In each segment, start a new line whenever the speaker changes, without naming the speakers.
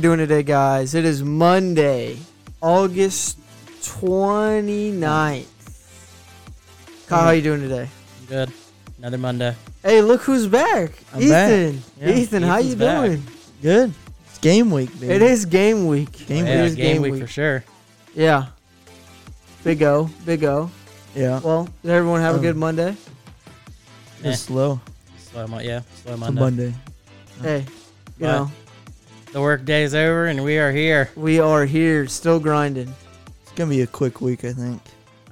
doing today, guys. It is Monday, August 29th. Kyle, how you doing today?
Good. Another Monday.
Hey, look who's back.
I'm back.
Ethan.
Yeah,
Ethan, how you
Ethan's back.
doing?
Good. It's game week, baby.
It is game week.
Game
It
yeah,
is
game, week, for sure.
Yeah. Big O. Big O.
Yeah.
Well, did everyone have a
Um,
good Monday?
uh, Eh.
It's slow.
Slow mo- yeah, slow
Monday.
Monday.
Monday.
Hey, you
What?
know,
The work day's over and we are here.
we are here still grinding.
It's gonna be a quick week, I think.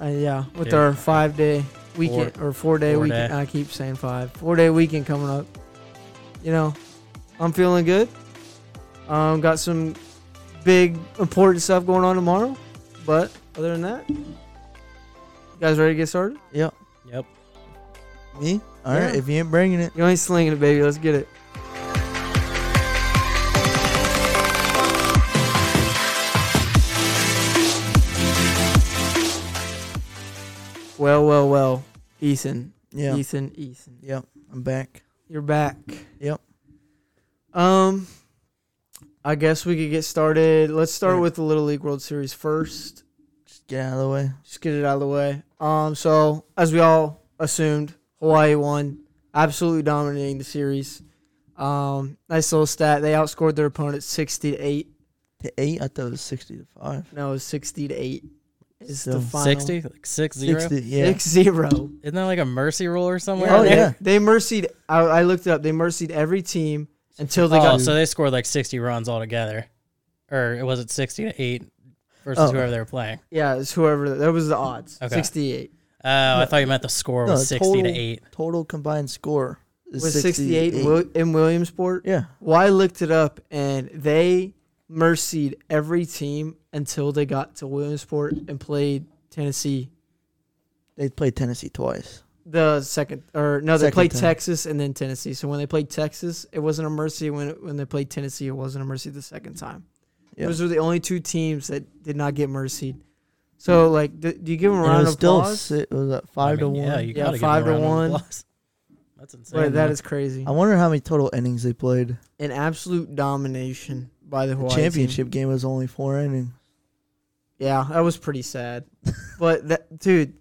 Uh, yeah, with
Yeah.
our five day weekend or four day
four
weekend.
day.
I keep saying five. Four day weekend coming up. You know, I'm feeling good. Um, got some big important stuff going on tomorrow, but other than that, you guys ready to get started?
Yep.
Yep.
Me? All right.
Yeah.
If you ain't bringing it,
You ain't slinging it, baby. Let's get it. Well, well, well, Ethan,
yeah.
Ethan, Ethan.
Yep. I'm back.
You're back.
Yep.
Um, I guess we could get started. Let's start
Yeah.
with the Little League World Series first.
Just get out of the way.
Just get it out of the way. Um, so as we all assumed, Hawaii won, absolutely dominating the series. Um, nice little stat. They outscored their opponent sixty to eight.
To eight, I thought it was sixty to five.
No, it was sixty to eight. Is the
So,
final
60? Like 6 0?
Sixty. Yeah.
six zero?
Isn't that like a mercy rule or somewhere?
Oh,
in
they,
there?
yeah.
They mercied. I, I looked it up. They mercied every team until they
Oh,
got
so they scored like 60 runs altogether. Or it was it 60 to 8 versus
Oh.
whoever they were playing?
Yeah, it's whoever that was the odds.
Okay.
Sixty-eight
Oh, I thought you meant the score
No,
was
the
60 to
total-
8.
Total combined score is
was sixty-eight,
68.
Wil- in Williamsport.
yeah.
Well, I looked it up, and they mercied every team until they got to Williamsport and played Tennessee.
They played Tennessee twice.
The second, or no, they
Second
played
time.
Texas and then Tennessee. So when they played Texas, it wasn't a mercy. When when they played Tennessee, it wasn't a mercy the second time.
Yeah.
Those were the only two teams that did not get mercied. So like, d do you give them a
And it
round
was
of
still
applause?
si- it was at
I
five to
mean,
one.
Yeah, you
Yeah,
gotta give them
five
a
to
round of
one.
applause. That's insane.
Wait, that
man.
is crazy.
I wonder how many total innings they played.
An absolute domination by the
The
Hawaii team.
championship game was only four innings.
Yeah, that was pretty sad. but that dude,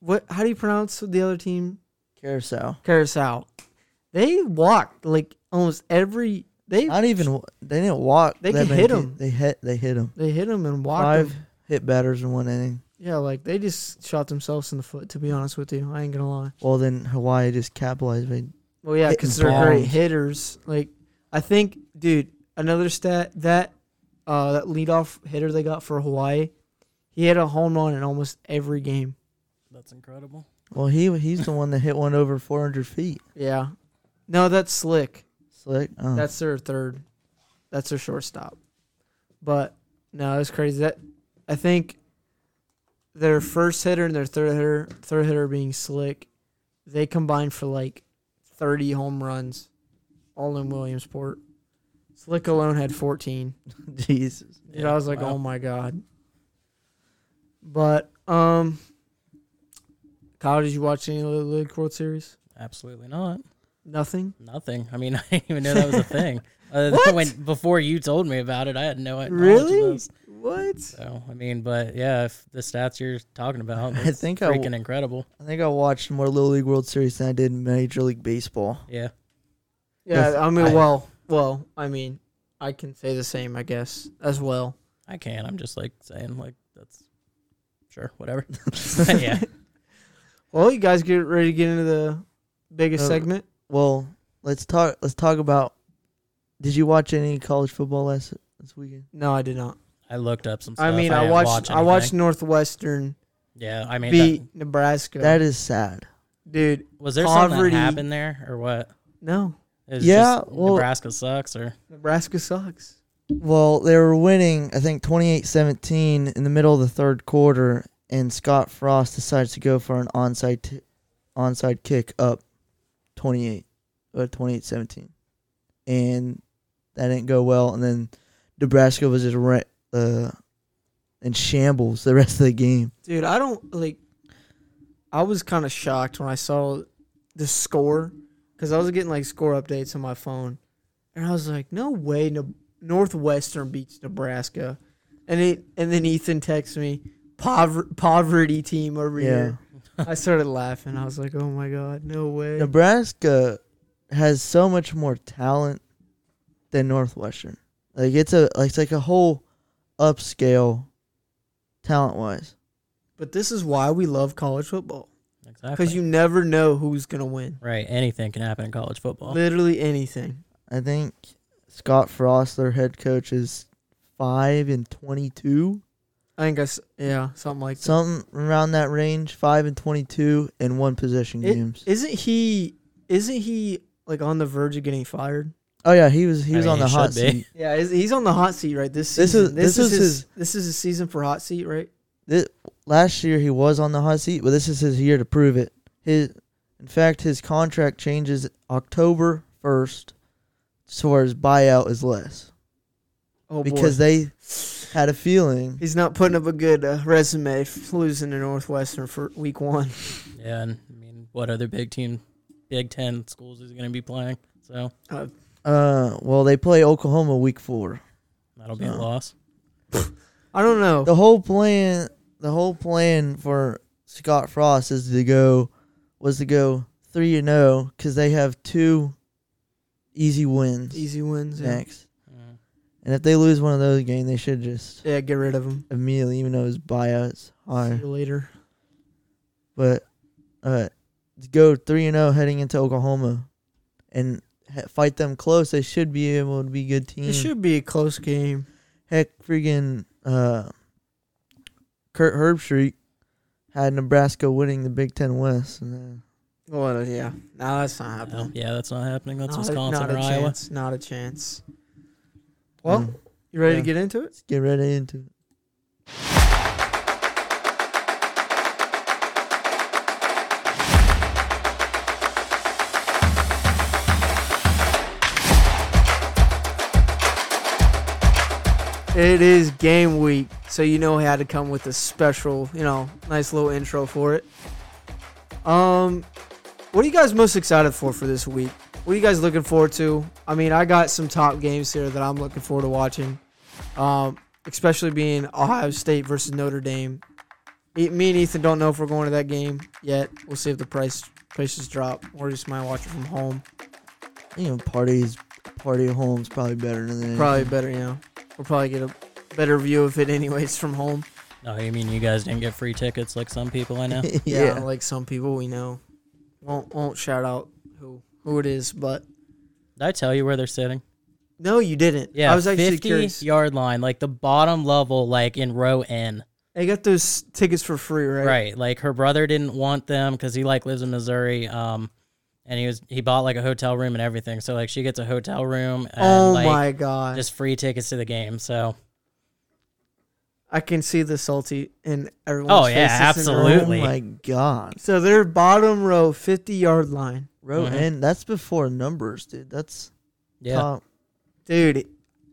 what? How do you pronounce the other team?
Carousel.
Curacao. They walked like almost every. They
Not even wa- they didn't walk.
They
that
could
many
hit
pe-
'em.
They hit. They hit him.
they hit them and walked.
Five
'em.
hit batters in one inning.
Yeah, like they just shot themselves in the foot. To be honest with you, I ain't gonna lie.
Well, then Hawaii just capitalized. By,
Well, yeah,
Hitting
because they're great
bombs.
hitters. Like I think, dude, another stat that uh that leadoff hitter they got for Hawaii, he had a home run in almost every game.
That's incredible.
well, he he's the one that hit one over 400 feet.
Yeah, no, that's slick.
Slick. Oh.
That's their third. That's their shortstop. But no, it's crazy. That I think their first hitter and their third hitter, third hitter being Slick, they combined for like thirty home runs, all in Williamsport. Slick alone had fourteen.
Jesus.
Dude, I was like,
wow.
oh my god. But um, Kyle, did you watch any of the League World Series?
Absolutely not.
Nothing.
Nothing. I mean, I didn't even know that was a thing. Other than
What?
when before you told me about it, I had no idea.
Really? What?
So I mean, but yeah, if the stats you're talking about,
I
it's
think I,
freaking
w-
incredible.
I think I watched more Little League World Series than I did Major League Baseball.
Yeah,
Yeah,
If
I mean,
I-
well, well, I mean, I can say the same, I guess, as well.
I can. I'm just like saying like that's sure whatever. yeah,
Well, you guys get ready to get into the biggest
Uh,
segment.
Well, let's talk. Let's talk about. Did you watch any college football last this weekend?
No, I did not.
I looked up some. Stuff.
I mean, I,
didn't
watched,
watch
I watched
anything.
Northwestern
Yeah, I mean,
beat Nebraska.
That is sad.
Dude,
that- was there something
poverty.
that happened there or what?
no,
It was
Yeah,
just
well-
Nebraska sucks or
Nebraska sucks.
Well, they were winning, I think 28-17 in the middle of the third quarter, and Scott Frost decides to go for an onside t- onside kick up 28 or 28-17. And that didn't go well and then Nebraska was just re- uh, in shambles the rest of the game.
Dude, I don't like. I was kind of shocked when I saw the score because I was getting like score updates on my phone, and I was like, "No way, Ne- Northwestern beats Nebraska, and it and then Ethan texts me poverty, poverty team over
Yeah.
here. I started laughing. I was like, oh my god, no way.
Nebraska has so much more talent than Northwestern. Like it's a like it's like a whole upscale talent wise.
But this is why we love college football
Exactly.
because you never know who's gonna win.
right. Anything can happen in college football.
Literally anything.
I think Scott Frost, their head coach, is five and twenty two.
I think I s- yeah something like that.
Something around that range, five and twenty two in one possession
It-
games.
Isn't he? Isn't he like on the verge of getting fired?
Oh yeah, he was he
I
was
mean,
on the
should
hot
be.
seat.
Yeah, he's- he's on the hot seat right this
This
season.
is-
This,
this
is,
is
his,
his-
This is his season for hot seat, right?
last year he was on the hot seat, but this is his year to prove it. His, in fact, his contract changes October first, so where his buyout is less
Oh
because
boy.
they had a feeling.
he's not putting up a good uh, resume f- losing to Northwestern for week one.
Yeah, and I mean, what other Big Ten, Big Ten schools is going to be playing? So
Uh, well, they play Oklahoma week four.
that'll be a
So-
loss.
I don't know.
The whole plan, the whole plan for Scott Frost is to go, was to go three and zero because they have two easy wins
Easy wins. Yeah.
next,
Mm.
and if they lose one of those games, they should just
yeah, get rid of him.
immediately, even though his buyout's
See
high.
you later.
But uh, to go three and zero heading into Oklahoma, and ha- fight them close, they should be able to be good team.
It should be a close game.
Heck, freaking uh, Kurt Herbstreit had Nebraska winning the Big Ten West. and, uh,
Well, yeah. No, that's not
No,
happening.
yeah, that's not happening. That's
Not a-
Wisconsin
not a
or Iowa.
Chance, not a chance. Well,
Mm.
you ready
Yeah.
to get into it?
let's get right into it.
It is game week, so you know I had to come with a special, you know, nice little intro for it. Um, what are you guys most excited for for this week? What are you guys looking forward to? I mean, I got some top games here that I'm looking forward to watching, um, especially being Ohio State versus Notre Dame. E- Me and Ethan don't know if we're going to that game yet. We'll see if the price prices drop, or just might watch it from home.
You know, parties, party at home's probably better than anything.
Probably better, you know. We'll probably get a better view of it anyways from home.
No, you mean you guys didn't get free tickets like some people I know?
yeah,
yeah.
like some people we know. Won't won't shout out who who it is, but
Did I tell you where they're sitting?
no, you didn't.
Yeah,
I was actually
50
curious.
yard line, like the bottom level, like in row N.
I got those tickets for free, right?
Right. Like her brother didn't want them because he like lives in Missouri. Um, and he was he bought like a hotel room and everything. So like she gets a hotel room and
Oh
like
my god!
just free tickets to the game. So
I can see the salty in everyone's
Oh, yeah,
faces in the room.
absolutely.
Oh my God,
So they're bottom row, fifty yard line,
row
Mhm.
and that's before numbers, dude. That's
yeah.
top.
dude.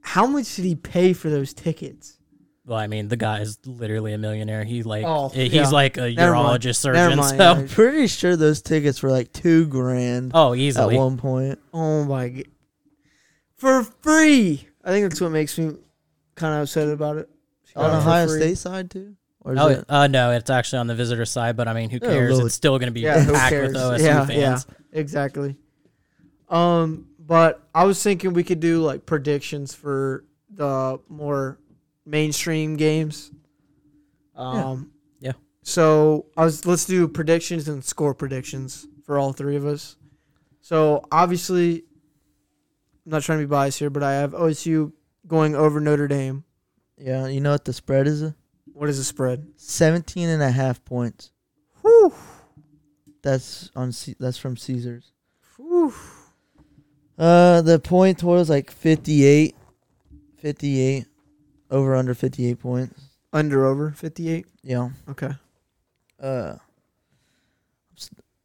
How much did he pay for those tickets?
Well, I mean, the guy is literally a millionaire. He like
Oh,
he's
yeah.
like a
Never mind.
urologist
Never
surgeon.
mind.
so
I-
Pretty sure those tickets were like two grand
oh,
at
easily.
one point.
Oh my god. For free. I think that's what makes me kind of upset about it. She got
On
it for
Ohio
free.
State side too, or is
Oh
it
uh, no, it's actually on the visitor side, but I mean, who
Oh,
cares?
Lord.
it's still going to be
Yeah, who
packed
cares?
with OSU
Yeah,
fans.
yeah. Exactly. Um, but I was thinking we could do like predictions for the more mainstream games. Um,
Yeah.
So I was let's do predictions and score predictions for all three of us. So obviously, I'm not trying to be biased here, but I have OSU going over Notre Dame.
Yeah, you know what the spread is?
What is the spread?
17 and a half points.
Whew.
That's on C- that's from Caesars.
Whew.
Uh the point total is like 58 58 over under 58 points.
Under over 58.
Yeah.
Okay.
Uh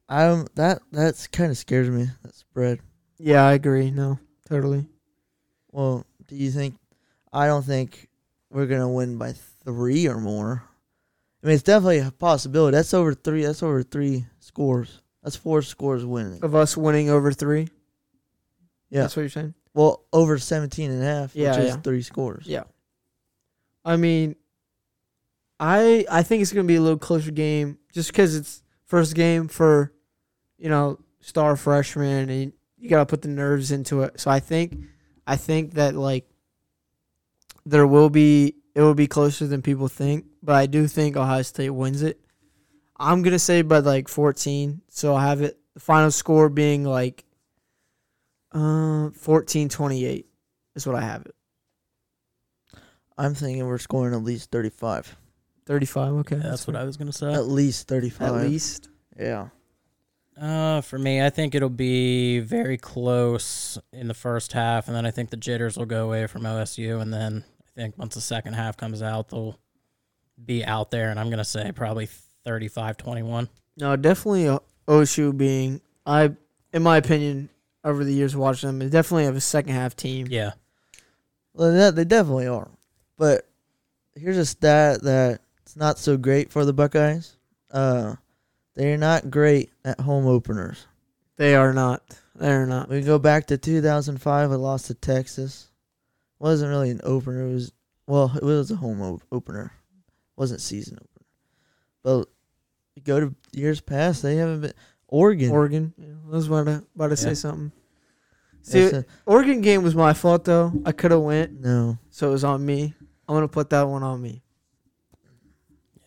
I don't that that's kind of scares me that spread.
Yeah, I agree. No, totally.
Well, do you think I don't think we're going to win by 3 or more. I mean, it's definitely a possibility. That's over 3. That's over 3 scores. That's 4 scores winning.
Oh. Of us winning over three.
Yeah.
That's what you're saying?
Well, over 17 and a half,
Yeah,
which is
yeah.
three scores.
Yeah. I mean, I I think it's gonna be a little closer game just because it's first game for, you know, star freshman and you gotta put the nerves into it. So I think, I think that like, there will be it will be closer than people think, but I do think Ohio State wins it. I'm gonna say by like 14, so I have it the final score being like, uh, 14-28 is what I have it.
I'm thinking we're scoring at least 35.
35. Okay,
That's what I was gonna say.
At least 35.
At least.
Yeah.
Uh, for me, I think it'll be very close in the first half, and then I think the jitters will go away from OSU, and then I think once the second half comes out, they'll be out there, and I'm gonna say probably 35-21.
No, definitely uh, OSU being I, in my opinion, over the years watching them, they definitely have a second half team.
Yeah,
Well, that, they definitely are. But here's a stat that it's not so great for the Buckeyes. Uh, they're not great at home openers.
They are not. They are not.
We go back to 2005. We lost to Texas. wasn't really an opener. It was well, it was a home op- opener. wasn't season opener. But we go to years past. They haven't been Oregon.
Oregon. Yeah, I was about to, about to
Yeah.
say something.
They
See,
said-
Oregon game was my fault though. I could have went,
no.
so it was on me. I'm gonna put that one on me.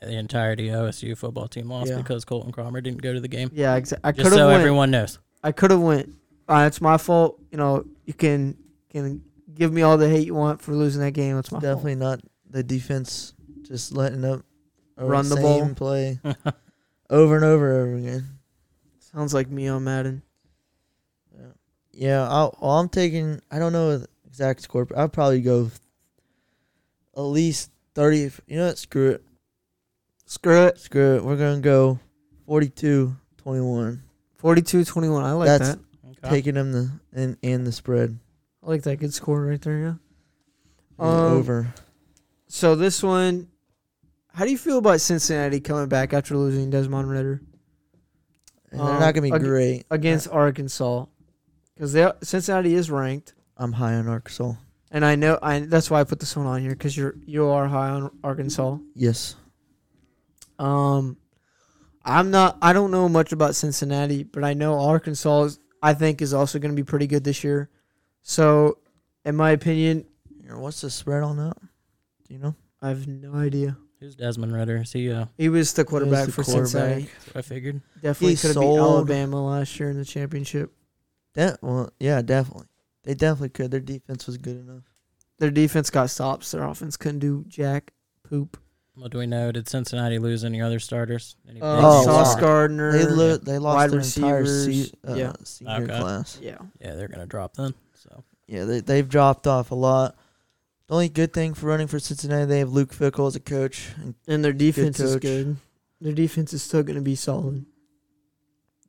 the entirety OSU football team lost
Yeah.
because Colton Cromer didn't go to the game.
Yeah, exactly. I could
Just
have
so
went.
everyone knows.
I could have went. Uh, it's my fault. You know, you can can give me all the hate you want for losing that game. It's my fault.
Definitely not the defense just letting up a
Run the
same
ball.
play over and over and over again.
Sounds like me on Madden.
Yeah, I'll, well, I'm taking. I don't know the exact score, but I'll probably go at least thirty. if- You know what? Screw it.
Screw it.
Screw it. We're gonna go 42-21.
42-21. I like
That's-
that.
Okay.
Taking them the and and the spread
I like that good score right there. Yeah.
and
Um,
over.
So this one, how do you feel about Cincinnati coming back after losing Desmond Ritter
And
um,
they're not gonna be
ag-
great.
against Arkansas? Because they Cincinnati is ranked,
I'm high on Arkansas.
and I know I that's why I put this one on here because you're you are high on Arkansas.
Yes.
Um, I'm not. I don't know much about Cincinnati, but I know Arkansas. Is, I think is also going to be pretty good this year. So, in my opinion,
Here, What's the spread on that? Do you know?
I have no idea.
Who's Desmond Ritter? Is he? Uh,
He was the quarterback
the
for Cincinnati.
quarterback.
that's what I figured.
Definitely
He
could have beat
sold-
Alabama last year in the championship.
De- well, yeah, definitely. They definitely could. Their defense was good enough.
Their defense got stops. Their offense couldn't do jack poop.
What do we know? Did Cincinnati lose any other starters? Any
Uh,
big
Oh,
Sauce
wow.
stars?
Gardner.
They lo- they lost
wide
their entire
receivers.
se- uh,
Yeah.
senior
Okay.
class.
yeah.
Yeah, they're gonna drop then. So
Yeah, they they've dropped off a lot. The only good thing for running for Cincinnati, they have Luke Fickle as a coach, and
And their defense is
coach.
good. Their defense is still going to be solid.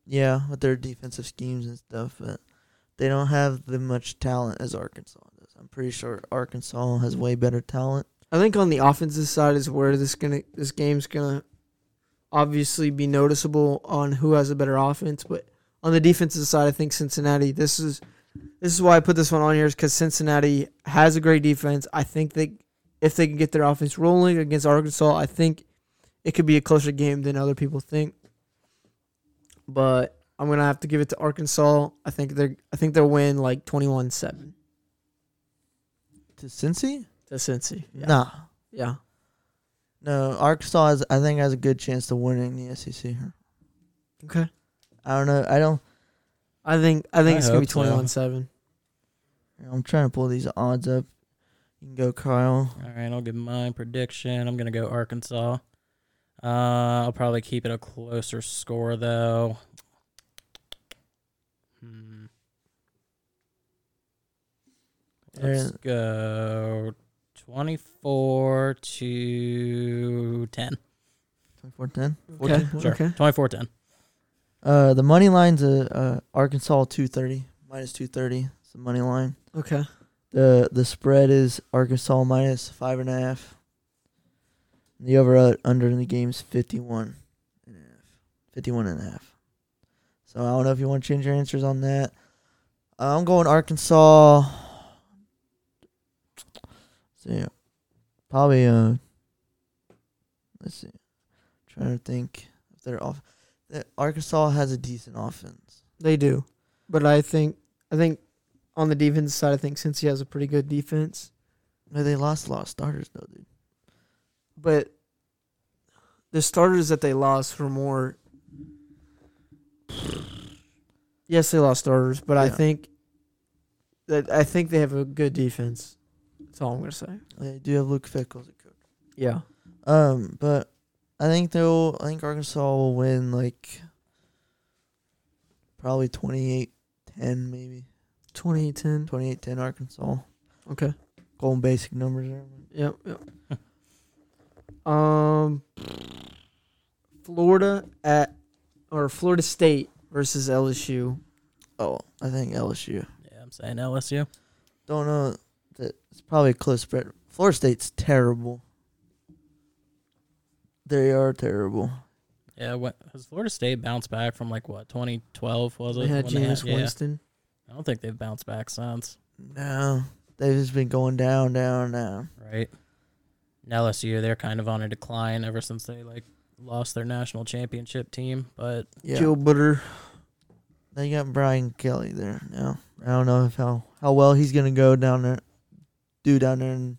yeah, with their defensive schemes and stuff, but they don't have the much talent as Arkansas does. I'm pretty sure Arkansas has way better talent.
I think on the offensive side is where this gonna this game's gonna obviously be noticeable on who has a better offense. But on the defensive side, I think Cincinnati. This is this is why I put this one on here is because Cincinnati has a great defense. I think they if they can get their offense rolling against Arkansas, I think it could be a closer game than other people think. But I'm gonna have to give it to Arkansas. I think they're I think they'll win like 21-7
To Cincy?
to Cincy. Yeah.
Nah,
Yeah.
no. Arkansas, has, I think, has a good chance to winning the SEC. here.
Okay.
I don't know. I don't.
I think I think
I
it's gonna be
hope so.
twenty one seven.
I'm trying to pull these odds up. You can go, Kyle.
all right, I'll give my prediction. I'm gonna go Arkansas. Uh, I'll probably keep it a closer score though. Hmm. Let's go
Aaron-
24 to 10.
24-10.
Okay.
Sure.
Okay.
24 10.
Uh, the money line's uh, uh Arkansas two thirty minus two thirty. It's the money line.
Okay.
the The spread is Arkansas minus five and a half. The over uh, under in the game's fifty one and a half. Fifty one and a half. So I don't know if you want to change your answers on that. I'm going Arkansas So yeah, probably uh, let's see, trying to think if they're off. that Arkansas has a decent offense.
They do, but I think I think on the defense side, I think Cincy has a pretty good defense.
No, they lost a lot of starters though, dude.
But the starters that they lost were more. Yes, they lost starters, but I
Yeah.
think that I think they have a good defense. That's all I'm gonna say.
They do have Luke Fickle as a coach.
Yeah,
Um, but I think they'll. I think Arkansas will win like probably 28-10 maybe
28-10.
28-10 Arkansas.
Okay.
Going basic numbers. there.
Yep. Yep. um, Florida at or Florida State versus LSU.
Oh, I think LSU.
Yeah, I'm saying LSU.
Don't know. That it's probably a close spread. Florida State's terrible. They are terrible.
Yeah, what has Florida State bounced back from like what 2012 was it?
They had
when they had-
James
yeah.
Winston.
I don't think they've bounced back since.
No, they've just been going down, down, down.
Right. And LSU, they're kind of on a decline ever since they like lost their national championship team. But
Yeah,
Joe Butter.
they got Brian Kelly there now. I don't know if how how well he's gonna go down there, do down there in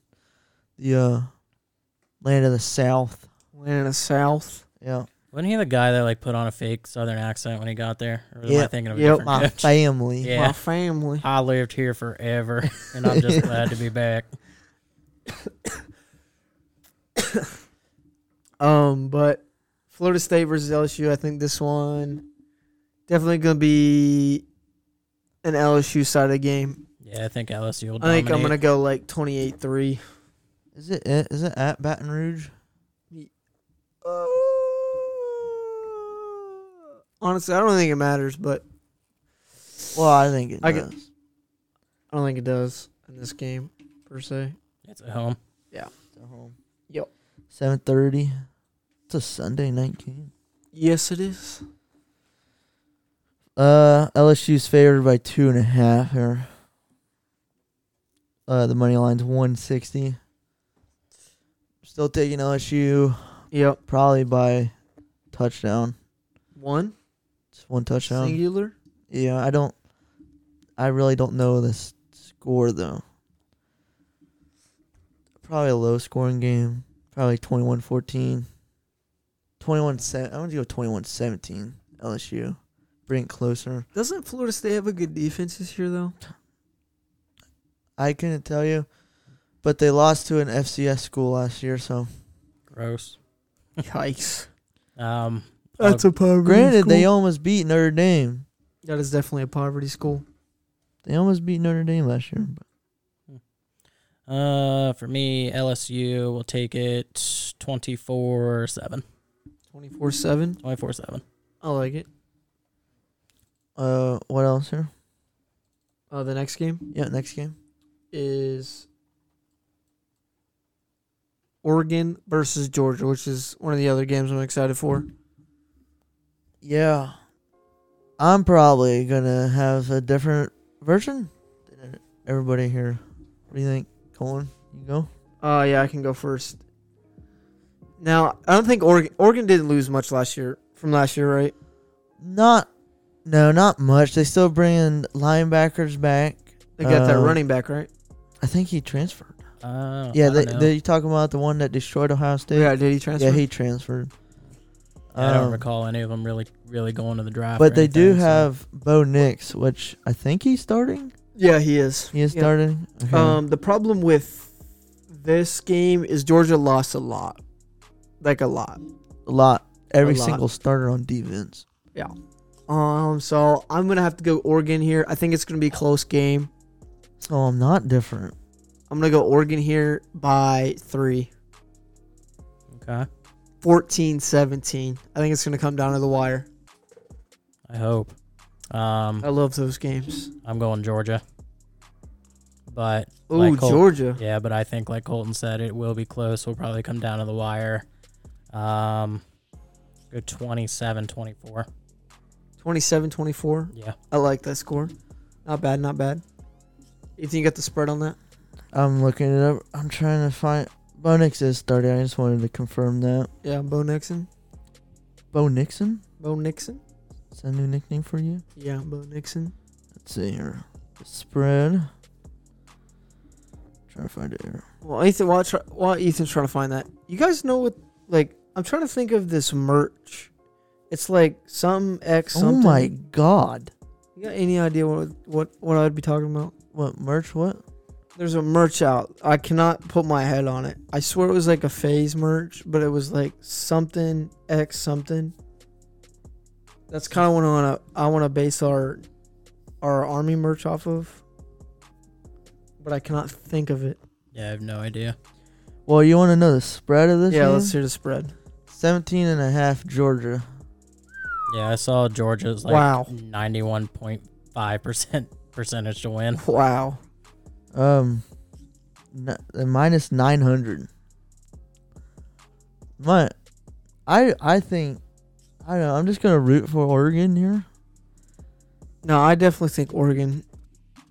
the uh, land of the South.
Atlanta South.
Yeah,
wasn't he the guy that like put on a fake Southern accent when he got there? Or am I
Yep.
thinking of a
Yep.
different
my
coach?
family.
Yeah.
My family.
I lived here forever, and I'm just glad to be back.
Um, but Florida State versus LSU. I think this one definitely gonna be an LSU side of the game.
Yeah, I think LSU will.
I think I'm gonna
dominate.
go like 28-3.
Is it eh, is it at Baton Rouge?
Uh, Honestly, I don't think it matters, but
Well, I think it
I
does.
I don't think it does in this game per se.
It's at home.
It's at home.
Yep.
Seven thirty. It's a Sunday night game.
Yes, it is.
Uh, LSU's favored by two and a half here. Uh, the money line's one sixty. Still taking LSU
Yep.
probably by touchdown.
One
Just one touchdown.
singular.
Yeah, I don't. I really don't know this score though. Probably a low scoring game. Probably 21-14. 21 7 I'm going to go 21-17 LSU. Bring it closer.
Doesn't Florida State have a good defense this year though?
I couldn't tell you, but they lost to an FCS school last year, so
Gross.
Yikes.
Um,
That's a poverty.
granted they
school.
almost beat Notre Dame.
that is definitely a poverty school.
They almost beat Notre Dame last year. But
uh, for me, LSU will take it 24 7.
Twenty four seven.
24 7.
I like it.
uh what else here?
Uh, the next game
Yeah, next game.
is Oregon versus Georgia, which is one of the other games I'm excited for.
Yeah. I'm probably gonna have a different version than everybody here. What do you think, Colin? You go?
Uh, yeah, I can go first. Now, I don't think Oregon Oregon didn't lose much last year from last year, right?
Not no, not much. They still bringing linebackers back.
They got that
Uh,
running back, right?
I think he transferred.
Uh,
yeah,
I
they,
don't know.
they you talking about the one that destroyed Ohio State?
yeah, did he transfer?
Yeah, he transferred.
I don't
Um,
recall any of them really, really going to the draft.
But
or
they do
anything, so-
have Bo Nix, which I think he's starting.
Yeah, he is.
He is
Yeah.
starting. Okay.
Um, the problem with this game is Georgia lost a lot, like a lot.
a lot. Every
lot.
single starter on defense.
Um, so I'm gonna have to go Oregon here. I think it's gonna be a close game.
So I'm not different.
I'm gonna go Oregon here by three.
Okay.
14-17. I think it's gonna come down to the wire.
I hope. Um,
Oh.
I love those games.
I'm going Georgia. But
Oh,
like Col-
Georgia.
Yeah, but I think like Colton said, it will be close. We'll probably come down to the wire. Um, go 27 24.
27-24.
Yeah.
I like that score. Not bad, not bad. You think you got the spread on that?
I'm looking it up. I'm trying to find. Bo Nix is 30. I just wanted to confirm that.
Yeah, Bo Nixon.
Bo Nixon?
Bo Nixon.
Is that a new nickname for you?
Yeah, Bo Nixon.
Let's see here. Spread. Trying to find it here.
Well, Ethan, while, I try, while Ethan's trying to find that, you guys know what? Like, I'm trying to think of this merch. It's like some X
Oh
something.
my god.
You got any idea what what what I'd be talking about?
What merch? What?
There's a merch out. I cannot put my head on it. I swear it was like a phase merch, but it was like something X something. That's kind of what I want to I want to base our our army merch off of. But I cannot think of it.
Yeah, I have no idea.
Well, you want to know the spread of this?
yeah,
game?
let's hear the spread.
17 and a half Georgia.
Yeah, I saw Georgia's like
Wow.
91.5% percentage to win.
Wow.
Um, n- uh, minus 900. My, I I think I don't know. I'm just gonna root for Oregon here.
No, I definitely think Oregon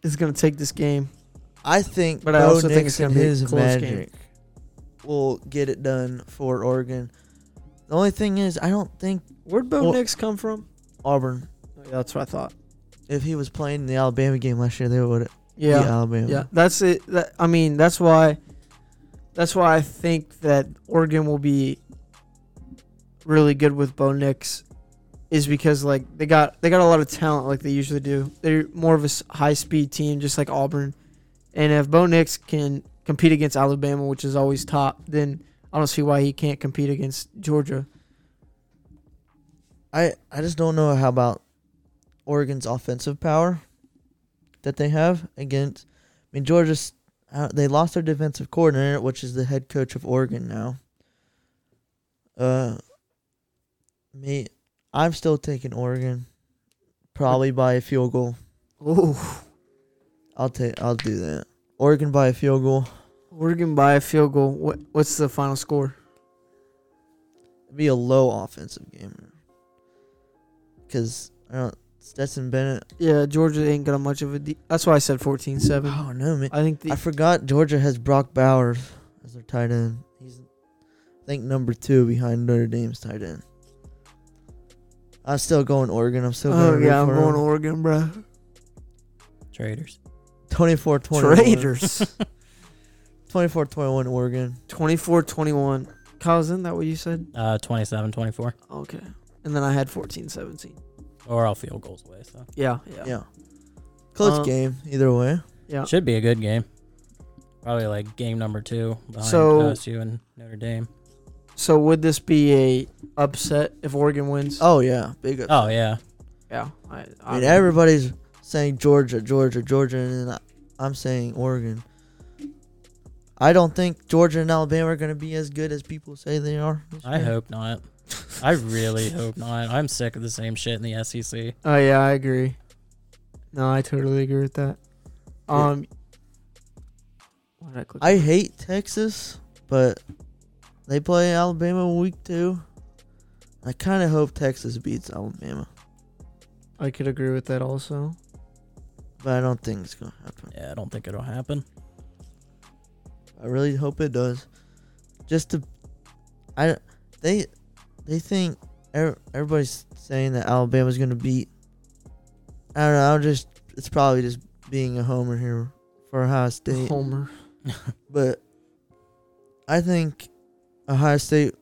is going to take this game.
I think,
But I also think it's gonna be a close game.
Will get it done for Oregon. The only thing is, I don't think
Where'd Bo
Well-
Nix come from?
Auburn.
Oh, yeah, that's what I thought.
If he was playing in the Alabama game last year, they would beat
Yeah.
Alabama.
Yeah. That's it. That, I mean, that's why that's why I think that Oregon will be really good with Bo Nix is because like they got they got a lot of talent like they usually do. They're more of a high speed team just like Auburn. And if Bo Nix can compete against Alabama, which is always top, then I don't see why he can't compete against Georgia.
I I just don't know how about Oregon's offensive power that they have against. I mean, Georgia's uh, they lost their defensive coordinator, which is the head coach of Oregon now. Uh, me, I'm still taking Oregon, probably by a field goal.
Ooh.
I'll take I'll do that. Oregon by a field goal.
Oregon by a field goal. What what's the final score?
It'd be a low offensive game. Cause I don't Stetson Bennett.
Yeah, Georgia ain't got much of a. De- That's why I said 14-7.
Oh no, man.
I think the
I forgot Georgia has Brock Bowers as their tight end. He's, I think, number two behind Notre Dame's tight end. I'm still going Oregon. I'm still going.
oh
to root
yeah, I'm
for
going
him.
Oregon, bro.
Traders.
24-21.
Traitors.
24-21 Oregon.
24-21. Kyle, isn't that what you said?
Uh, 27 24.
Okay. And then I had 14-17.
Or all field goals away. So
Yeah,
Yeah.
yeah.
Close
Uh,
game either way.
Yeah.
should be a good game. Probably like game number two behind
So-
OSU and Notre Dame.
So would this be a upset if Oregon wins?
Oh yeah, big.
Oh, yeah.
yeah. I,
I mean, everybody's saying Georgia, Georgia, Georgia, and then I- I'm saying Oregon. I don't think Georgia and Alabama are going to be as good as people say they are. this
I
year.
hope not. I really hope not. I'm sick of the same shit in the E SEC.
Oh yeah, I agree. No, I totally agree with that.
Yeah.
Um what did I click?
I hate Texas, but they play Alabama week two. I kind of hope Texas beats Alabama,
I could agree with that also.
but I don't think it's gonna happen.
Yeah, I don't think it'll happen.
I really hope it does. Just to, I they they think ev- everybody's saying that Alabama's gonna beat. I don't know. I'm just it's probably just being a homer here for Ohio State.
Homer.
but I think Ohio State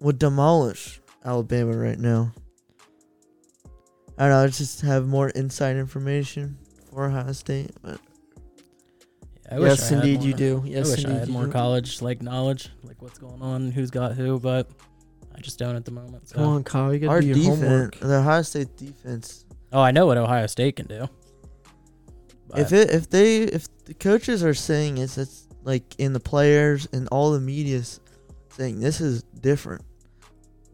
would demolish Alabama right now. I don't know, I just have more inside information for Ohio State, but
Yeah, I wish
yes,
I had
indeed you
more.
do.
I
Yes,
wish I
indeed
had
you
more
do.
college like knowledge, like what's going on, who's got who, but I just don't at the moment.
Come
So.
on, Kyle, you
our
gotta do your
defense,
homework.
the Ohio State defense,
Oh, I know what Ohio State can do. But
if it if they if the coaches are saying it's it's like in the players and all the media's saying this is different.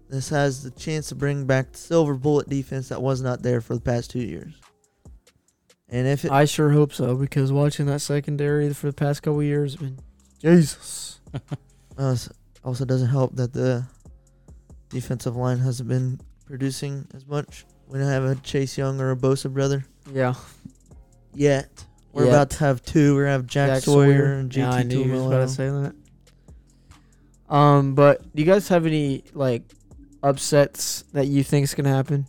This has the chance to bring back the silver bullet defense that was not there for the past two years. And if it,
I sure hope so because watching that secondary for the past couple years has been Jesus.
Uh, s- also doesn't help that the defensive line hasn't been producing as much. We don't have a Chase Young or a Bosa brother
Yeah,
yet. We're
Yeah.
about to have two. We're gonna have Jack, Sawyer, and
Yeah, I
GT
knew you was about to
Tumalo.
say that. Um, but do you guys have any like upsets that you think's gonna happen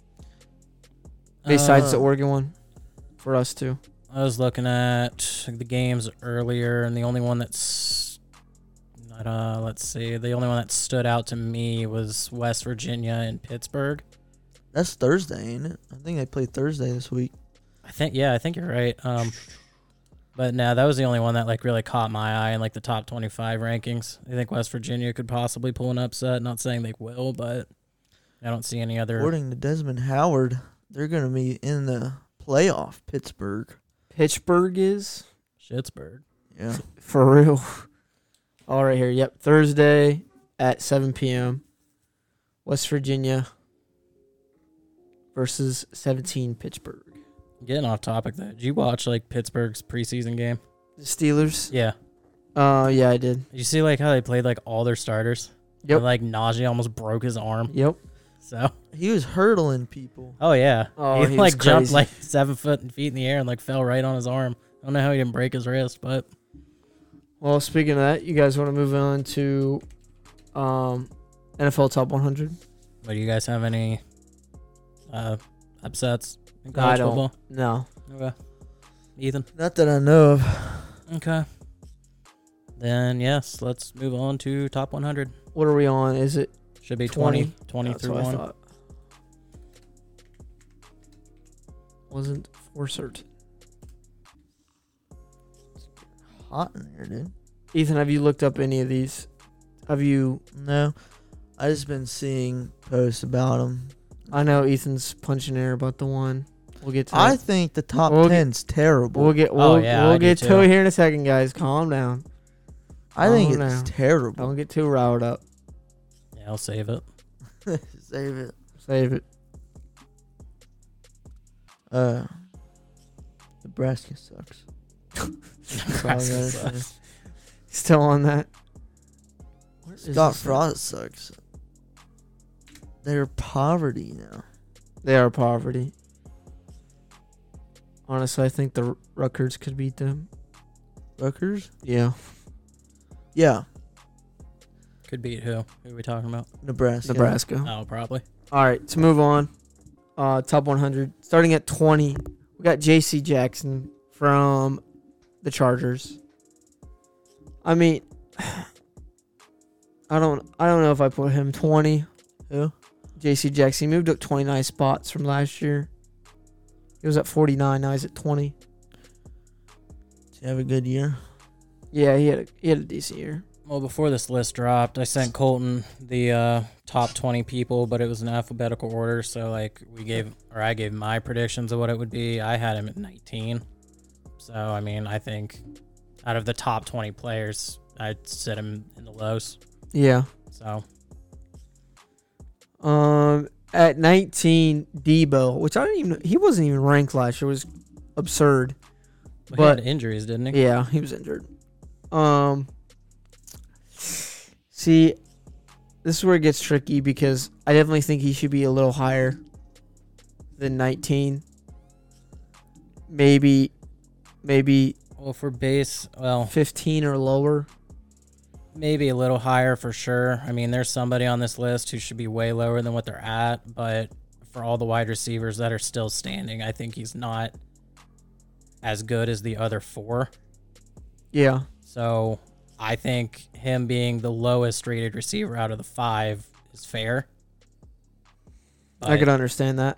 besides the
Uh,
Oregon one for us too?
Uh, I was looking at the games earlier, and the only one that's not, uh, let's see, the only one that stood out to me was West Virginia and Pittsburgh.
That's Thursday, ain't it? I think they play Thursday this week.
I think, yeah, I think you're right. Um, but no, that was the only one that like really caught my eye in like the top 25 rankings. I think West Virginia could possibly pull an upset. Not saying they will, but I don't see any other.
According to Desmond Howard, they're gonna be in the playoff. Pittsburgh.
Pittsburgh is
Pittsburgh.
Yeah.
for real. All right, here. Yep, Thursday at 7 p.m. West Virginia versus 17 Pittsburgh.
Getting off topic though, did you watch like Pittsburgh's preseason game?
The Steelers.
Yeah.
Uh, yeah, I did.
You see like how they played like all their starters?
Yep.
And, like Najee almost broke his arm.
Yep.
So
He was hurdling people.
oh yeah.
Oh,
he,
he was
like jumped
crazy.
like seven foot feet in the air and like fell right on his arm. I don't know how he didn't break his wrist, but
Well, speaking of that, you guys want to move on to um, NFL Top 100?
but do you guys have any uh upsets in
No, I
college
don't.
football?
No.
Okay. Ethan.
Not that I know of.
Okay. Then yes, let's move on to top one hundred.
What are we on? Is it
Should be
20.
20, 20
That's
through
what I
one.
thought. Wasn't for certain.
Hot in there, dude.
Ethan, have you looked up any of these? Have you?
No, I just been seeing posts about him.
I know Ethan's punching air about the one. We'll get to.
I
that.
think the top
We'll get-
ten's terrible.
We'll get. We'll,
Oh, yeah, I
we'll
do
get to
too.
it here in a second, guys. Calm down.
I think
Oh,
it's
no.
terrible.
Don't get too riled up.
Yeah, I'll save it.
Save it.
Save it.
Uh, Nebraska sucks. That's all I gotta
Nebraska
say.
Still on that. Where is
Scott
this at?
Frost sucks. They're poverty now.
They are poverty. Honestly, I think the Rutgers could beat them.
Rutgers?
Yeah,
Yeah,
Could beat who? Who are we talking about?
Nebraska.
Nebraska.
Oh, probably.
All right, to move on. Uh, top 100, starting at 20. We got J.C. Jackson from the Chargers. I mean, I don't, I don't know if I put him 20.
Who?
J.C. Jackson he moved up 29 spots from last year. He was at 49. Now he's at 20.
Did you have a good year?
Yeah, he had a, he had a decent year.
Well, before this list dropped, I sent Colton the uh, top 20 people, but it was in alphabetical order. So, like, we gave, or I gave my predictions of what it would be. I had him at 19. So, I mean, I think out of the top 20 players, I set him in the lows.
Yeah.
So,
Um, at 19, Debo, which I didn't even he wasn't even ranked last year. It was absurd.
but,
But-
he had injuries, didn't he?
Yeah, he was injured. Um, see, this is where it gets tricky because I definitely think he should be a little higher than 19. Maybe, maybe
Well, for base, well,
15 or lower.
maybe a little higher for sure. I mean, there's somebody on this list who should be way lower than what they're at, but for all the wide receivers that are still standing, I think he's not as good as the other four.
Yeah,
So I think him being the lowest rated receiver out of the five is fair.
I
But
could understand that.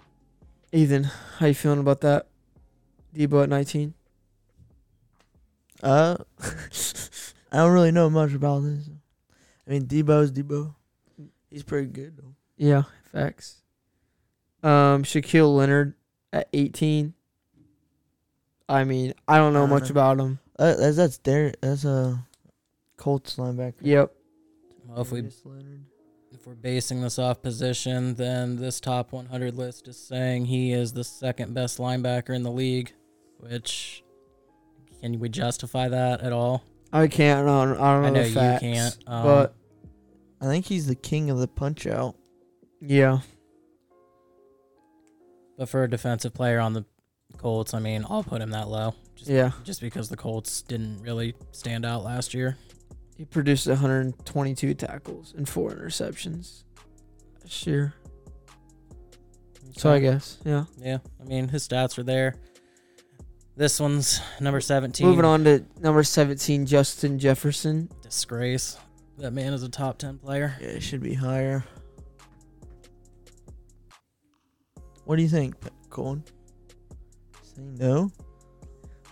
Ethan, how you feeling about that? Debo at 19.
Uh, I don't really know much about this. I mean, Debo's Debo. He's pretty good, though.
Yeah, facts. Um, Shaquille Leonard at 18. I mean, I don't know
I don't
much
know.
about him.
Uh, that's that's Dar- that's a Colts linebacker.
Yep.
well, if, we,
Darius Leonard.
if we're basing this off position, then this top 100 list is saying he is the second best linebacker in the league, which can we justify that at all?
I can't. I don't, I don't
I
know,
know
the
you
facts,
can't, um,
but
I think he's the king of the punch out.
yeah,
But for a defensive player on the Colts, I mean, I'll put him that low. Just,
Yeah,
just because the Colts didn't really stand out last year.
he produced 122 tackles and four interceptions this year. So I guess, yeah.
Yeah, I mean, his stats are there. This one's number 17.
Moving on to number 17, Justin Jefferson.
Disgrace. That man is a top 10 player.
Yeah, it should be higher. What do you think, Colin? Say no.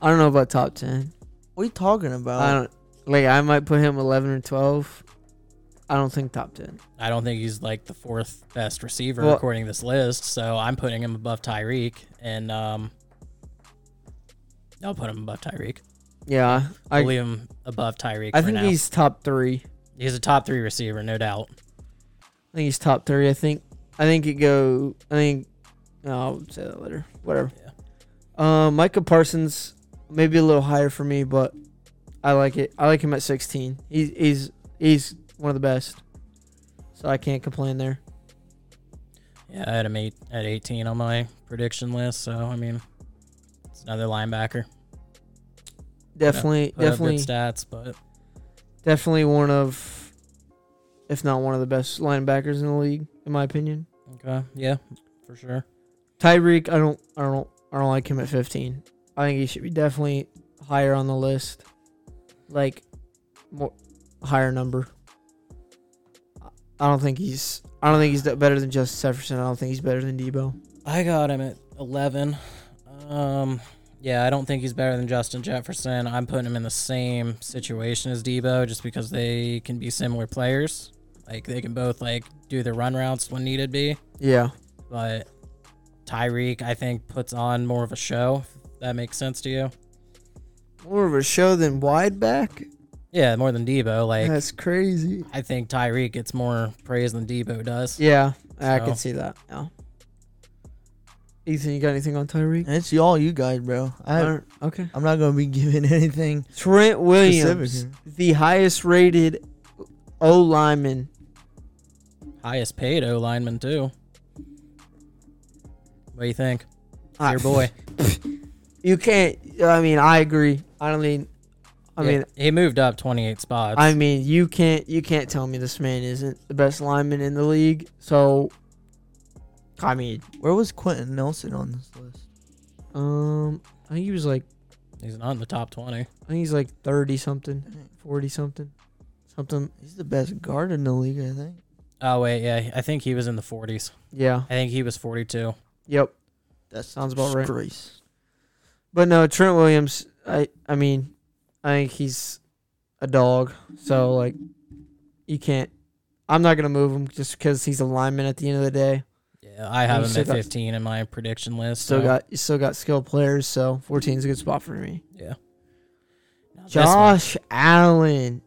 I don't know about top 10.
What are you talking
Oh.
about?
I don't like. I might put him 11 or 12. I don't think top 10.
I don't think he's like the fourth best receiver
Well-
according to this list, so I'm putting him above Tyreek and um I'll put him above Tyreek.
Yeah,
I'll
I
leave him above Tyreek
I
for
think
now.
he's top three.
He's a top 3 receiver, no doubt.
I think he's top three. I think I think it go. I think no, I'll say that later. Whatever.
Yeah.
Uh, Micah Parsons maybe a little higher for me, but I like it. I like him at 16. He's he's he's one of the best, so I can't complain there.
Yeah, I had him eight, at 18 on my prediction list, so I mean it's another linebacker.
Definitely,
Put up
definitely,
good stats, but
definitely one of, if not one of the best linebackers in the league, in my opinion.
okay, yeah, for sure.
Tyreek, I don't, I don't, I don't like him at 15. I think he should be definitely higher on the list, like, more higher number. I- I don't think he's, I don't think he's that better than Justin Jefferson. I don't think he's better than Debo.
I got him at 11. Um, yeah, I don't think he's better than Justin Jefferson. I'm putting him in the same situation as Debo just because they can be similar players. Like they can both like do their run routes when needed be,
Yeah,
but Tyreek I think puts on more of a show. If that makes sense to you?
more of a show than wide back.
Yeah, more than Debo. Like
That's crazy.
I think Tyreek gets more praise than Debo does.
Yeah, I can
So-
see that. Yeah. Ethan, you got anything on Tyreek?
It's all you guys, bro. I,
All right, okay.
I'm not gonna be giving anything.
Trent Williams,
Specific.
the highest rated O lineman.
Highest paid O lineman too. What do you think,
I-
your boy?
You can't. I mean, I agree. I don't mean. I
Yeah,
mean,
he moved up 28 spots.
I mean, you can't. You can't tell me this man isn't the best lineman in the league. So, I mean,
Where was Quentin Nelson on this list?
um, I think he was like.
He's not in the top 20.
I think he's like thirty something, forty something, something.
He's the best guard in the league, I think.
Oh, wait, yeah. I think he was in the 40s.
Yeah.
I think he was 42.
Yep.
That
Sounds about right.
Grace.
But no, Trent Williams. I. I mean, I think he's a dog. So like, you can't. I'm not gonna move him just because he's a lineman at the end of the day.
Yeah, I have
You
him
still
at
got-
15 in my prediction list.
Still
so,
got you still got skilled players, so 14 is a good spot for me.
Yeah. Now this one.
Josh Allen,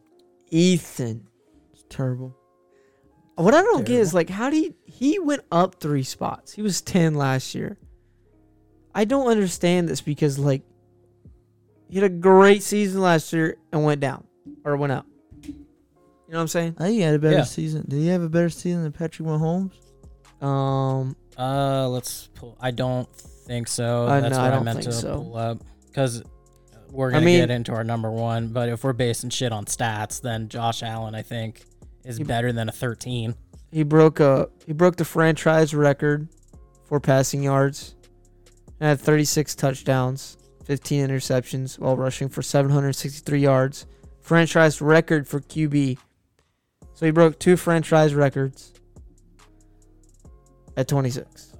Ethan.
It's terrible.
What I don't get is like how do you, he went up three spots? He was 10 last year. I don't understand this because like he had a great season last year and went down or went up. You know what I'm saying?
I think he had a better
Yeah.
season. Did he have a better season than Patrick Mahomes?
Um,
Uh, let's pull. I don't think so.
Uh,
That's
no, I
what I,
don't
meant
think
to
so.
pull up. Because we're going
I mean-
to get into our number one. But if we're basing shit on stats, then Josh Allen, I think, is
He-
better than a 13.
he broke a he broke the franchise record for passing yards and had 36 touchdowns, 15 interceptions while rushing for 763 yards, franchise record for QB. So he broke two franchise records at 26.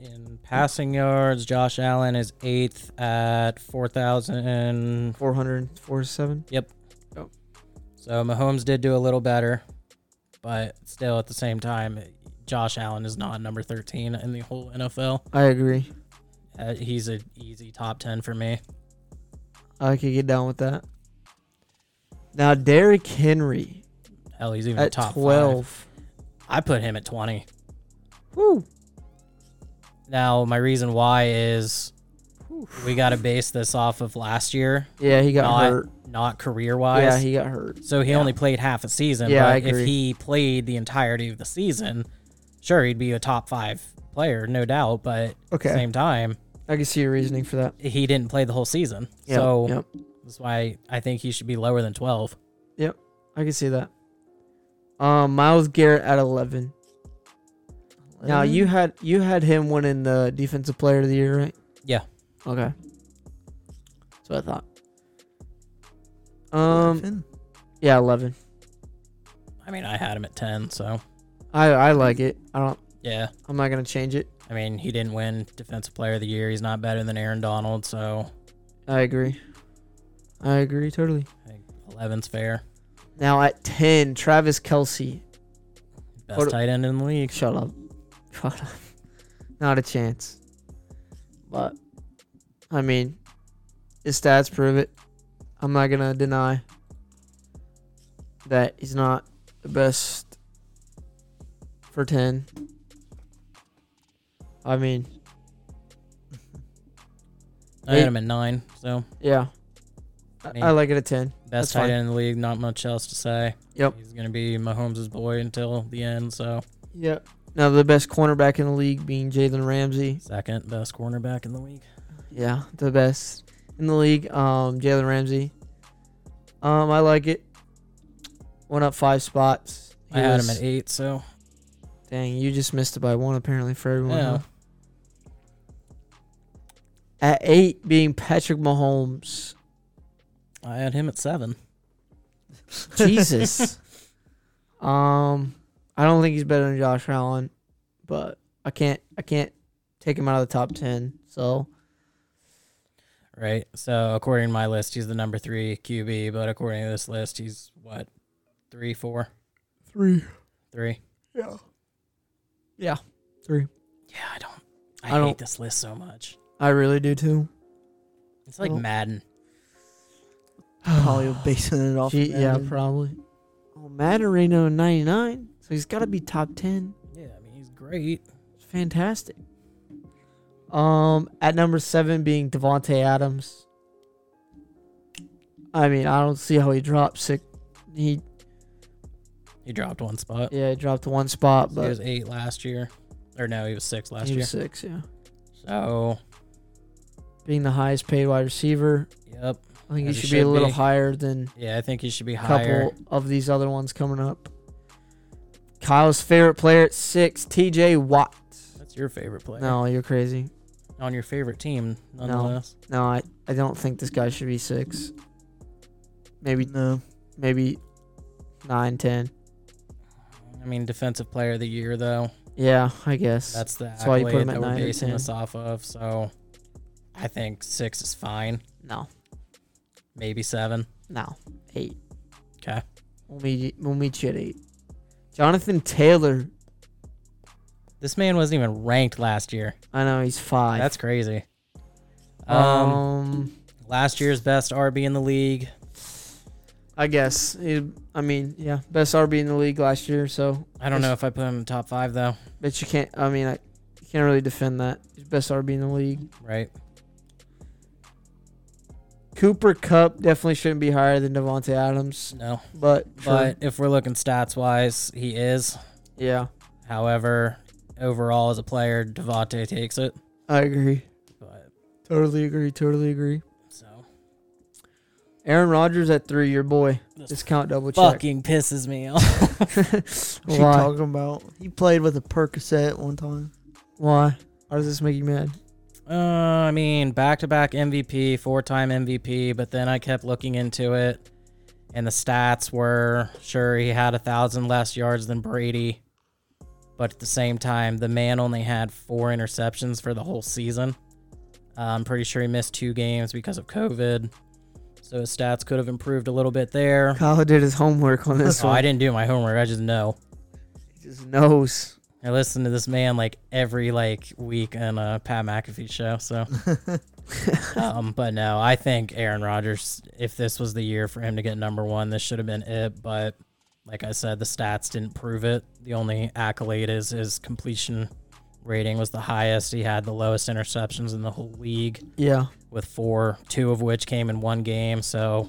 In passing yards, Josh Allen is eighth at 4,000.
447.
So Mahomes did do a little better, but still at the same time, Josh Allen is not number 13 in the whole NFL.
I agree.
Uh, he's an easy top 10 for me.
I could get down with that. Now Derrick Henry
Hell, he's even
at
top 12.
12.
I put him at 20.
Woo.
Now, my reason why is we got to base this off of last year,
Yeah, he got
not
hurt.
not career
Yeah,
wise.
he got hurt.
so he only played half a season.
Yeah,
but
I agree.
if he played the entirety of the season, sure, he'd be a top five player, no doubt. But
Okay.
same time,
I can see your reasoning for that.
He didn't play the whole season.
Yep,
so
yep.
that's why I think he should be lower than 12.
I can see that. Um, Miles Garrett at eleven. Now you had you had him winning the defensive player of the year, right?
Yeah.
Okay. That's what I thought. Um. Yeah, eleven.
I mean, I had him at 10, so
I I like it. I don't.
yeah.
I'm not gonna change it.
I mean, he didn't win defensive player of the year. He's not better than Aaron Donald, so
I agree. I agree totally.
I think 11's fair.
Now at ten, Travis Kelsey.
Best
What-
tight end in the league.
Shut up. Shut up. Not a chance. But I mean, his stats prove it. I'm not gonna deny that he's not the best for ten. I mean,
I had him at 9, so
yeah.
I
I,
mean-
I like it at ten. That's
best tight
fine.
end in the league. Not much else to say.
Yep.
He's going to be Mahomes' boy until the end, so
Yeah. Now the best cornerback in the league being Jalen Ramsey.
second best cornerback in the league.
Yeah, the best in the league. Um, Jalen Ramsey. Um, I like it. Went up five spots.
I had him at 8, so
Dang, you just missed it by one apparently for everyone. huh?
yeah.
At eight being Patrick Mahomes.
I had him at 7.
Jesus. um, I don't think he's better than Josh Allen, but I can't I can't take him out of the top ten. So
right? So according to my list, he's the number three QB, but according to this list, he's what three, four,
three.
three.
Yeah. Yeah. Three.
Yeah, I don't. I,
I
hate
don't-
this list so much.
I really do too.
It's like
Well-
Madden.
Probably basing it off.
Gee,
of
yeah,
Madden.
probably. Oh, Madden Reno 99. So he's got to be top 10.
Yeah, I mean he's great.
It's fantastic. Um, at number seven being Devonte Adams. I mean, I don't see how he dropped six. He
He dropped one spot.
yeah, he dropped one spot,
he
but
was eight last year, or no, he was six last
he
year.
was six. Yeah,
So
being the highest paid wide receiver,
yep,
I think he
As he
should, be a
should
little
be.
higher than
yeah, I think he should be
a couple
higher.
of these other ones coming up. Kyle's favorite player at six, T.J. Watt.
That's your favorite player
No, you're crazy.
on your favorite team, nonetheless.
No, I, I don't think this guy should be six. Maybe
No.
maybe nine, ten.
I mean, defensive player of the year though.
Yeah, I guess.
That's the
That's why you
accolade
put him at
that
nine
we're
or
basing
10.
this off of. So I think six is fine.
no,
Maybe seven.
no. Eight.
Okay.
We'll meet we'll meet you at eight. Jonathan Taylor.
This man wasn't even ranked last year.
I know he's five.
That's crazy. Um,
um,
last year's best RB in the league.
I guess. He- I mean, yeah, best RB in the league last year, so
I don't know if I put him in top five though.
but you can't I mean I you can't really defend that. He's best RB in the league.
Right.
Cooper Cup definitely shouldn't be higher than Devonte Adams,
No.
but sure.
But if we're looking stats wise, he is.
yeah,
However, overall as a player, Devontae takes it.
I agree.
But
Totally agree. Totally agree.
so
Aaron Rodgers at three, your boy.
this
Discount double check.
fucking pisses me off.
What you
Why?
talking about? He played with a Percocet one time.
Why? How does this make you mad?
Uh, I mean, back to back MVP, four time MVP, but then I kept looking into it, and the stats were sure he had a thousand less yards than Brady, but at the same time, the man only had four interceptions for the whole season. Uh, I'm pretty sure he missed two games because of COVID, so his stats could have improved a little bit there.
Kyle did his homework on this
Oh, I
one.
didn't do my homework. I just know.
He just knows.
I listen to this man like every like week on a Pat McAfee show. So, um, but no, I think Aaron Rodgers. If this was the year for him to get number one, this should have been it. But like I said, the stats didn't prove it. The only accolade is his completion rating was the highest. He had the lowest interceptions in the whole league
Yeah.
with four, two of which came in one game. So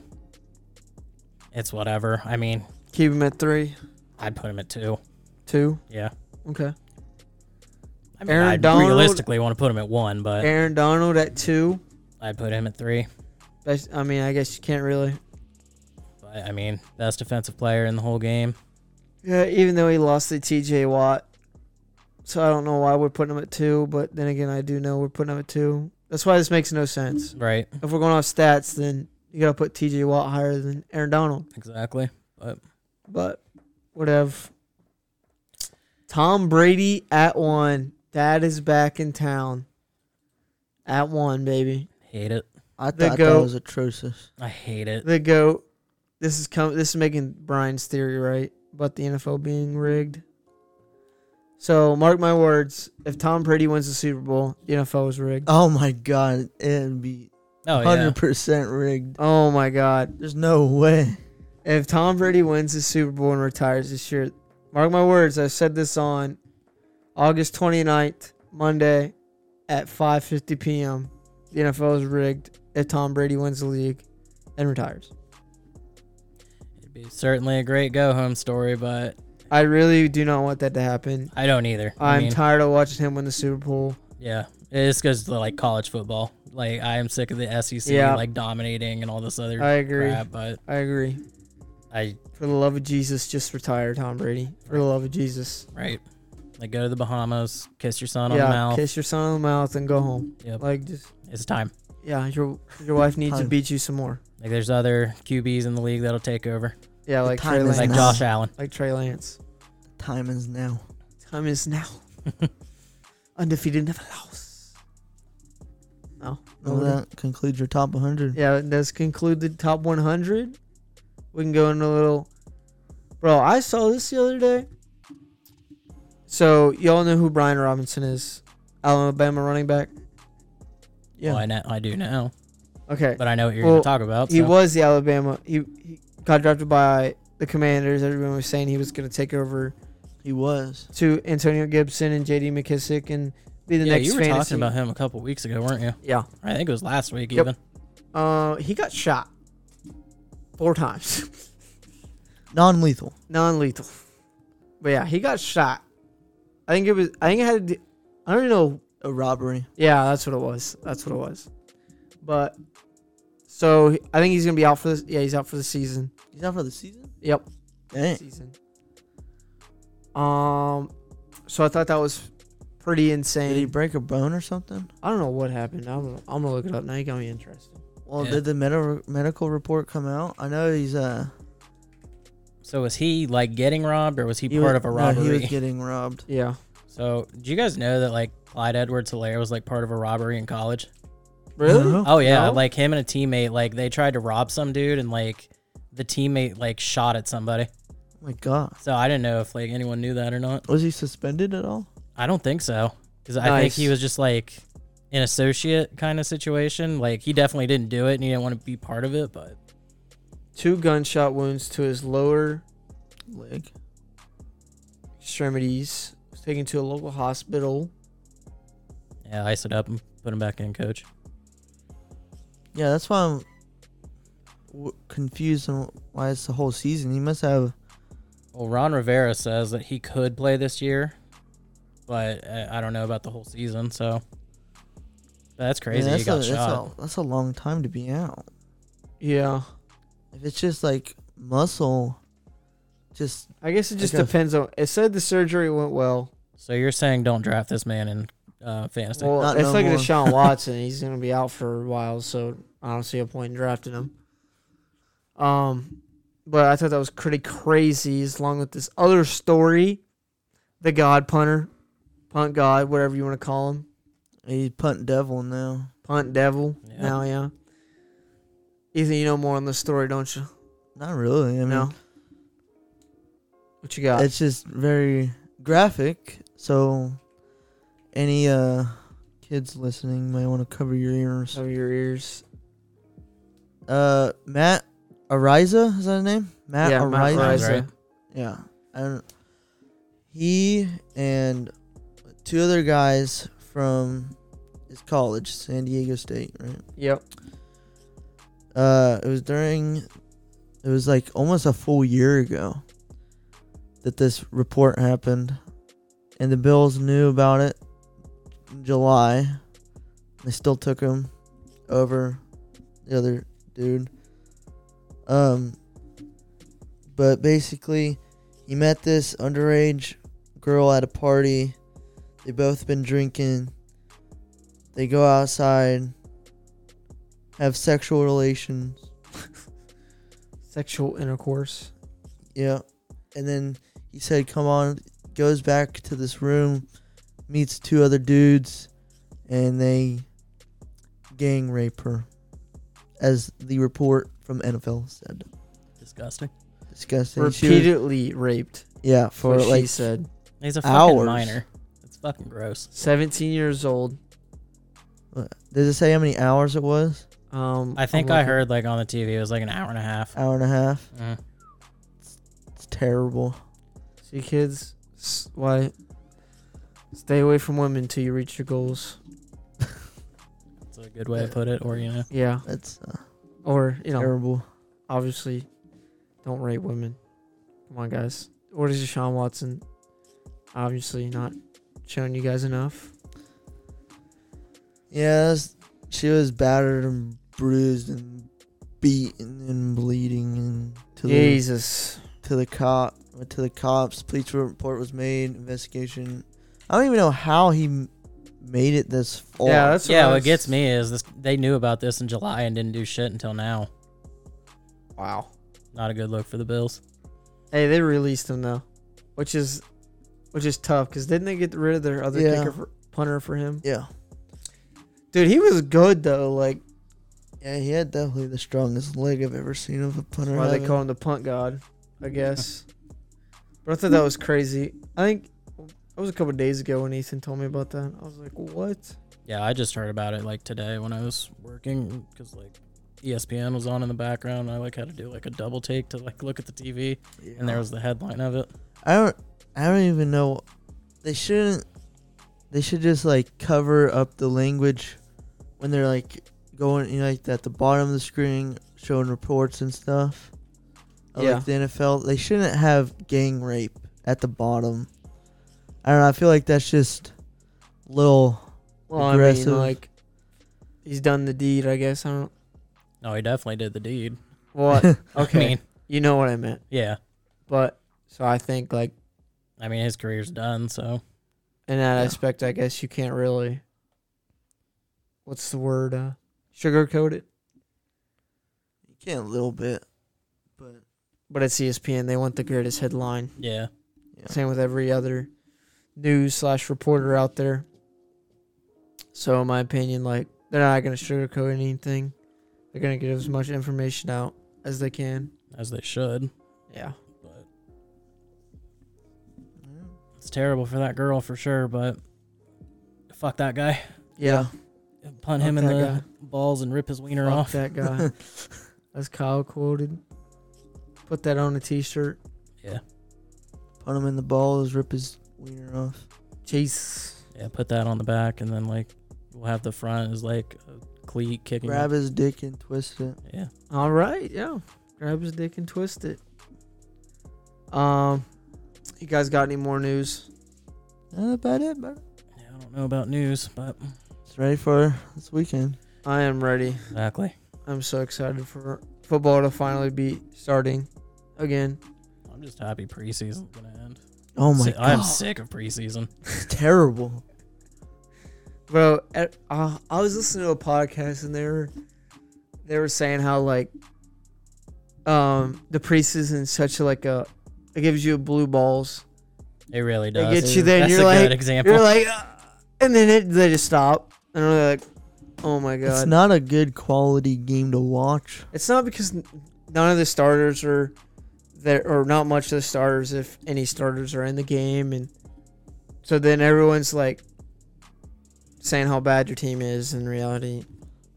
it's whatever. I mean,
Keep him at three,
I'd put him at two.
two.
Yeah.
Okay.
I mean,
Aaron
I
Donald-
realistically want to put him at one, but
Aaron Donald at two.
I'd put him at three.
Best, I mean, I guess you can't really.
But, I mean, best defensive player in the whole game.
Yeah, even though he lost to T.J. Watt, so I don't know why we're putting him at two. But then again, I do know we're putting him at two. That's why this makes no sense.
Right.
If we're going off stats, then you gotta put T.J. Watt higher than Aaron Donald.
Exactly.
but whatever. Tom Brady at one. Dad is back in town. At one, baby.
Hate it.
I
The
thought
goat.
that was atrocious.
I hate it.
The goat. This is com- This is making Brian's theory right about the NFL being rigged. So mark my words. If Tom Brady wins the Super Bowl, the NFL is rigged.
Oh my god, it'd be
Oh, yeah.
hundred percent rigged.
Oh my God.
There's no way.
If Tom Brady wins the Super Bowl and retires this year, mark my words, I said this on August 29th, Monday at 5:50 p.m. The NFL is rigged if Tom Brady wins the league and retires.
It'd be certainly a great go home story, but
I really do not want that to happen.
I don't either. I
I'm
mean,
tired of watching him win the Super Bowl.
yeah. It just goes to like college football. Like, I am sick of the SEC
Yeah.
like dominating and all this other
I agree.
crap, but
I agree.
I,
For the love of Jesus, just retire Tom Brady. For the love of Jesus.
right. Like, go to the Bahamas, kiss your son on the
Yeah,
mouth.
kiss your son on the mouth and go home.
Yep.
Like just
It's time.
yeah, your your wife needs to
Time.
beat you some more.
Like, there's other QBs in the league that'll take over,
Yeah,
The
like
time
Trey Lance.
is
like
now.
Josh Allen.
like Trey Lance.
Time is now.
Time is now. Undefeated, never lost. No,
Well, that concludes your top 100.
Yeah, that does conclude the top 100. We can go into a little. Bro, I saw this the other day. So y'all know who Brian Robinson is, Alabama running back.
Yeah.
Well, I, know, I do now,
Okay,
but I know what you're
Well,
going to talk about.
he
so.
was the Alabama. He, he got drafted by the Commanders. Everyone was saying he was going to take over
He was.
to Antonio Gibson and J.D. McKissick and be the
yeah,
next.
you were
fantasy-
talking about him a couple weeks ago, weren't you?
Yeah.
I think it was last week,
Yep.
even.
Uh, he got shot four times,
Non lethal.
non-lethal. But yeah, he got shot. I think it was. I think it had. To do, I don't even know.
A robbery.
Yeah, that's what it was. That's what it was. But so he- I think he's gonna be out for this. Yeah, he's out for the season.
He's out for the season?
Yep,
Dang.
season. Um, so I thought that was pretty insane.
Did he break a bone or something?
I don't know what happened. I'm, gonna- I'm gonna look it up now. You got me interested.
Well,
Yeah.
did the med- medical report come out? I know he's uh
So was he like getting robbed, or was he,
wa-
part of a
no,
robbery?
he was getting robbed.
Yeah,
so do you guys know that like Clyde edwards hilaire was like part of a robbery in college?
really?
No.
Oh yeah,
No?
like him and a teammate, like they tried to rob some dude, and like the teammate like shot at somebody.
Oh my god.
So I didn't know if like anyone knew that or not.
Was he suspended at all?
I don't think so, because I think
Nice.
he was just like an associate kind of situation. Like he definitely didn't do it, and he didn't want to be part of it. But
Two gunshot wounds to his lower
Leg.
extremities. Was taken to a local hospital.
yeah, ice it up and put him back in, coach.
Yeah, that's why I'm w- confused on why it's the whole season. He must have
Well, Ron Rivera says that he could play this year, but uh, I don't know about the whole season. So that's
I mean,
crazy.
that's,
he got
a,
shot.
That's a, that's a long time to be out.
Yeah,
If it's just like muscle, just
I guess it just
Okay.
depends on. It said the surgery went well.
So you're saying don't draft this man in uh, fantasy?
Well,
Not
it's
no
like
more.
Deshaun Watson. He's gonna be out for a while, so I don't see a point in drafting him. Um, but I thought that was pretty crazy. As long with this other story, the God punter, punt God, whatever you want to call him,
he's punt devil now.
punt devil.
Yeah.
Now, yeah. Ethan, you know more on this story, don't you?
Mm-hmm. Not really. I mean,
no. What you got?
it's just very graphic. So, any uh kids listening might want to cover your ears.
Cover your ears.
Uh, Matt Ariza is that his name? Matt
yeah, Mount
Ariza.
Ariza.
Verizon.
Right.
Yeah, and he and two other guys from his college, San Diego State, right?
Yep.
Uh, it was during, it was like almost a full year ago that this report happened, and the Bills knew about it July. They still took him over the other dude. Um, but basically, he met this underage girl at a party. They both been drinking. They go outside, have sexual relations.
Sexual intercourse.
Yeah. And then he said, come on, goes back to this room, meets two other dudes, and they gang rape her, as the report from NFL said.
Disgusting.
Disgusting. She was-
Repeatedly raped.
yeah, for
Or like she
like
said,
He's a fucking
Hours.
minor. It's fucking gross.
17 years old.
What- Does it say how many hours it was?
Um,
I think
I'm
I
looking-
heard like on the TV it was like an hour and a half.
Hour and a half.
Mm.
It's terrible.
See, kids, s- why? Stay away from women until you reach your goals.
That's a good way to put it. Or you know,
Yeah,
That's uh,
or you know,
terrible.
obviously, don't rape women. Come on, guys. Or is Deshaun Watson obviously not showing you guys enough?
Yeah, that's, she was battered and bruised and beaten and bleeding and to the
Jesus.
to the cop went to the cops. Police report was made. Investigation. I don't even know how he m- made it this far.
Yeah, that's
yeah.
I
What
was-
gets me is this: they knew about this in July and didn't do shit until now.
Wow.
Not a good look for the Bills.
Hey, they released him though, which is which is tough because didn't they get rid of their other
Yeah.
kicker for, punter for him?
yeah,
Dude, he was good though. Like
yeah. He had definitely the strongest leg I've ever seen of a punter.
why they
having.
call him the punt god, I guess. but I thought that was crazy. I think it was a couple days ago when Ethan told me about that. I was like, what?
Yeah, I just heard about it like today when I was working because like E ESPN was on in the background. And I like had to do like a double take to like look at the TV, and there was the headline of it.
I don't. I don't even know. They shouldn't. They should just like cover up the language when they're like going, you know, like at the bottom of the screen showing reports and stuff. of,
Yeah.
Like the NFL, they shouldn't have gang rape at the bottom. I don't know. I feel like that's just little.
Well, I
Aggressive.
mean, like he's done the deed, I guess. I don't.
No, he definitely did the deed.
What?
I
Okay,
mean,
you know what I meant.
yeah.
But so I think like
I mean, his career's done. So
in that
Yeah.
aspect, I guess you can't really. What's the word? Uh, sugarcoat it.
You can a little bit, but
But it's E ESPN. They want the greatest headline.
yeah.
Yeah.
Same with every other news slash reporter out there. So in my opinion, like they're not gonna sugarcoat anything. They're gonna get as much information out as they can.
as they should.
Yeah.
But it's terrible for that girl for sure. But fuck that guy.
Yeah.
Punt
Fuck
him in the
that guy.
balls and rip his wiener
Fuck
off.
that guy. As Kyle quoted, put that on a t-shirt.
put him in the balls, rip his wiener off.
Jeez.
Yeah, put that on the back, and then like we'll have the front is like a cleat kicking.
Grab his dick and twist it.
Yeah,
All right, yeah. Grab his dick and twist it. Um, you guys got any more news?
That's about it, but
yeah. I don't know about news, but
it's ready for this weekend.
I am ready.
exactly.
I'm so excited for football to finally be starting again.
I'm just happy preseason's gonna end.
Oh my
Si-
god,
I'm sick of preseason.
it's terrible.
Bro, e- uh, I was listening to a podcast and they were they were saying how like um the preseason is such a, like a it gives you blue balls
It really
They
does.
get you there and
That's
you're
a
like-
good example.
You're like, "Ah," and then it, they just stop, and they're like, "Oh my god!"
It's not a good quality game to watch.
because n- none of the starters are there, or not much of the starters, if any starters are in the game, and so then everyone's like saying how bad your team is. In reality,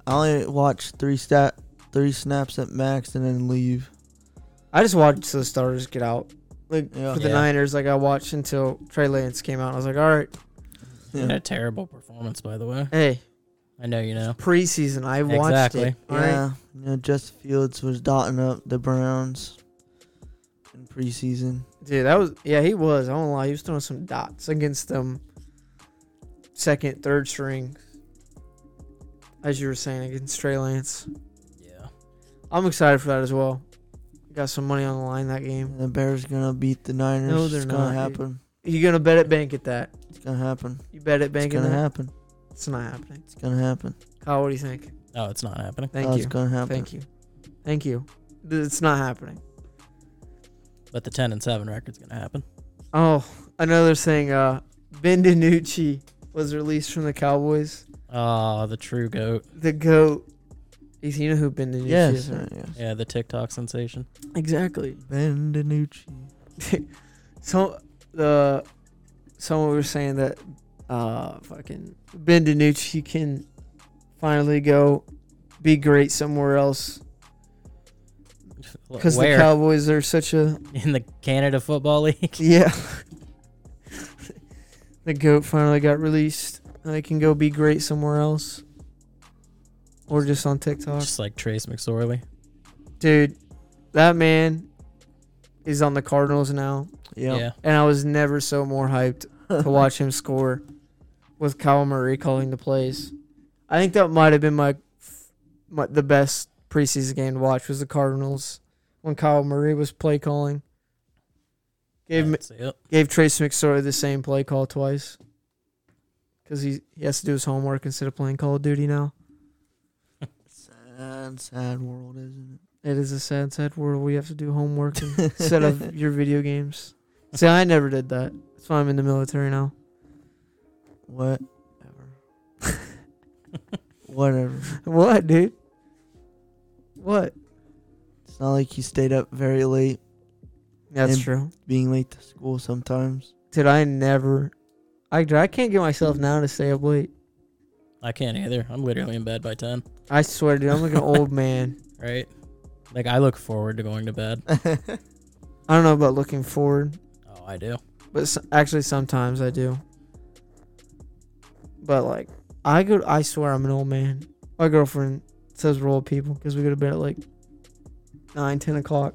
I only watch three stat, three snaps at max, and then leave.
I just watched the starters get out. Like
Yeah.
for the
Yeah.
Niners, like I watched until Trey Lance came out. And I was like, "All right,
Yeah.
What a terrible performance, by the way.
hey,
I know you know.
preseason, I watched it.
Exactly.
All right,
yeah, you know, Justin Fields was dotting up the Browns in preseason.
Dude, that was yeah, he was. I won't lie, he was throwing some dots against them second, third string, as you were saying against Trey Lance.
Yeah.
I'm excited for that as well. Got some money on the line that game.
The Bears gonna beat the Niners.
No, they're
it's gonna
not, dude.
happen.
You gonna bet it bank at that?
It's gonna happen.
You bet it bank
It's
at
gonna
that?
happen.
It's not happening.
It's gonna happen.
Kyle, what do you think?
Oh, it's not happening.
Thank
oh,
you.
It's gonna happen.
Thank you. Thank you. Th- It's not happening.
But the ten and seven record's gonna happen.
Oh, another thing. Uh, Ben DiNucci was released from the Cowboys.
Ah, the true goat.
The goat. He's- You know who Ben DiNucci
Yes.
is, right?
uh, yes.
Yeah, the TikTok sensation.
Exactly.
Ben DiNucci.
so the someone was saying that uh fucking Ben DiNucci can finally go be great somewhere else because the
Where
Cowboys are such a
in the Canada Football League?
yeah. the goat finally got released. And they can go be great somewhere else, or just on TikTok,
Just like Trace McSorley.
dude. That man is on the Cardinals now.
Yeah.
and I was never so more hyped to watch him score with Kyle Murray calling the plays. I think that might have been my, my the best preseason game to watch was the Cardinals when Kyle Murray was play calling. Gave
Yeah,
m-
that's it.
gave Trace McSorley the same play call twice because he he has to do his homework instead of playing Call of Duty now.
Sad, sad world, isn't it?
It is a sad, sad world. We have to do homework instead of your video games. See, I never did that. That's why I'm in the military now.
Whatever. Whatever.
What, dude? What?
It's not like you stayed up very late,
That's
And-
true.
being late to school sometimes.
Did I never? I dude, I can't get myself now to stay up late.
I can't either. I'm literally in bed by ten.
I swear, dude, I'm like an old man.
Right. Like I look forward to going to bed.
I don't know about looking forward,
Oh, I do.
but s actually, sometimes I do. But like, I go. I swear, I'm an old man. My girlfriend says we're old people because we go to bed at like nine, ten o'clock.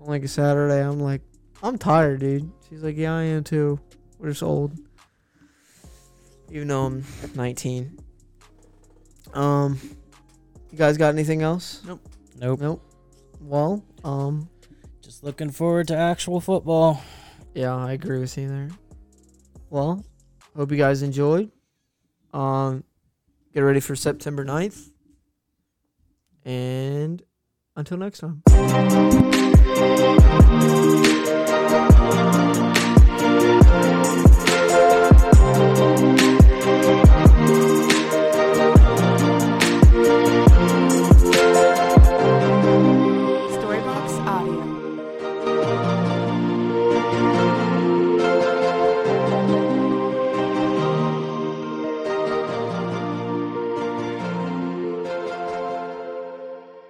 On like a Saturday, I'm like, I'm tired, dude. She's like, Yeah, I am too. We're just old. Even though I'm 19. Um, you guys got anything else?
Nope.
Nope. Well, um,
Just looking forward to actual football.
Yeah, I agree with you there. Well, hope you guys enjoyed. Um, get ready for September 9th. And until next time.
Storybox Audio.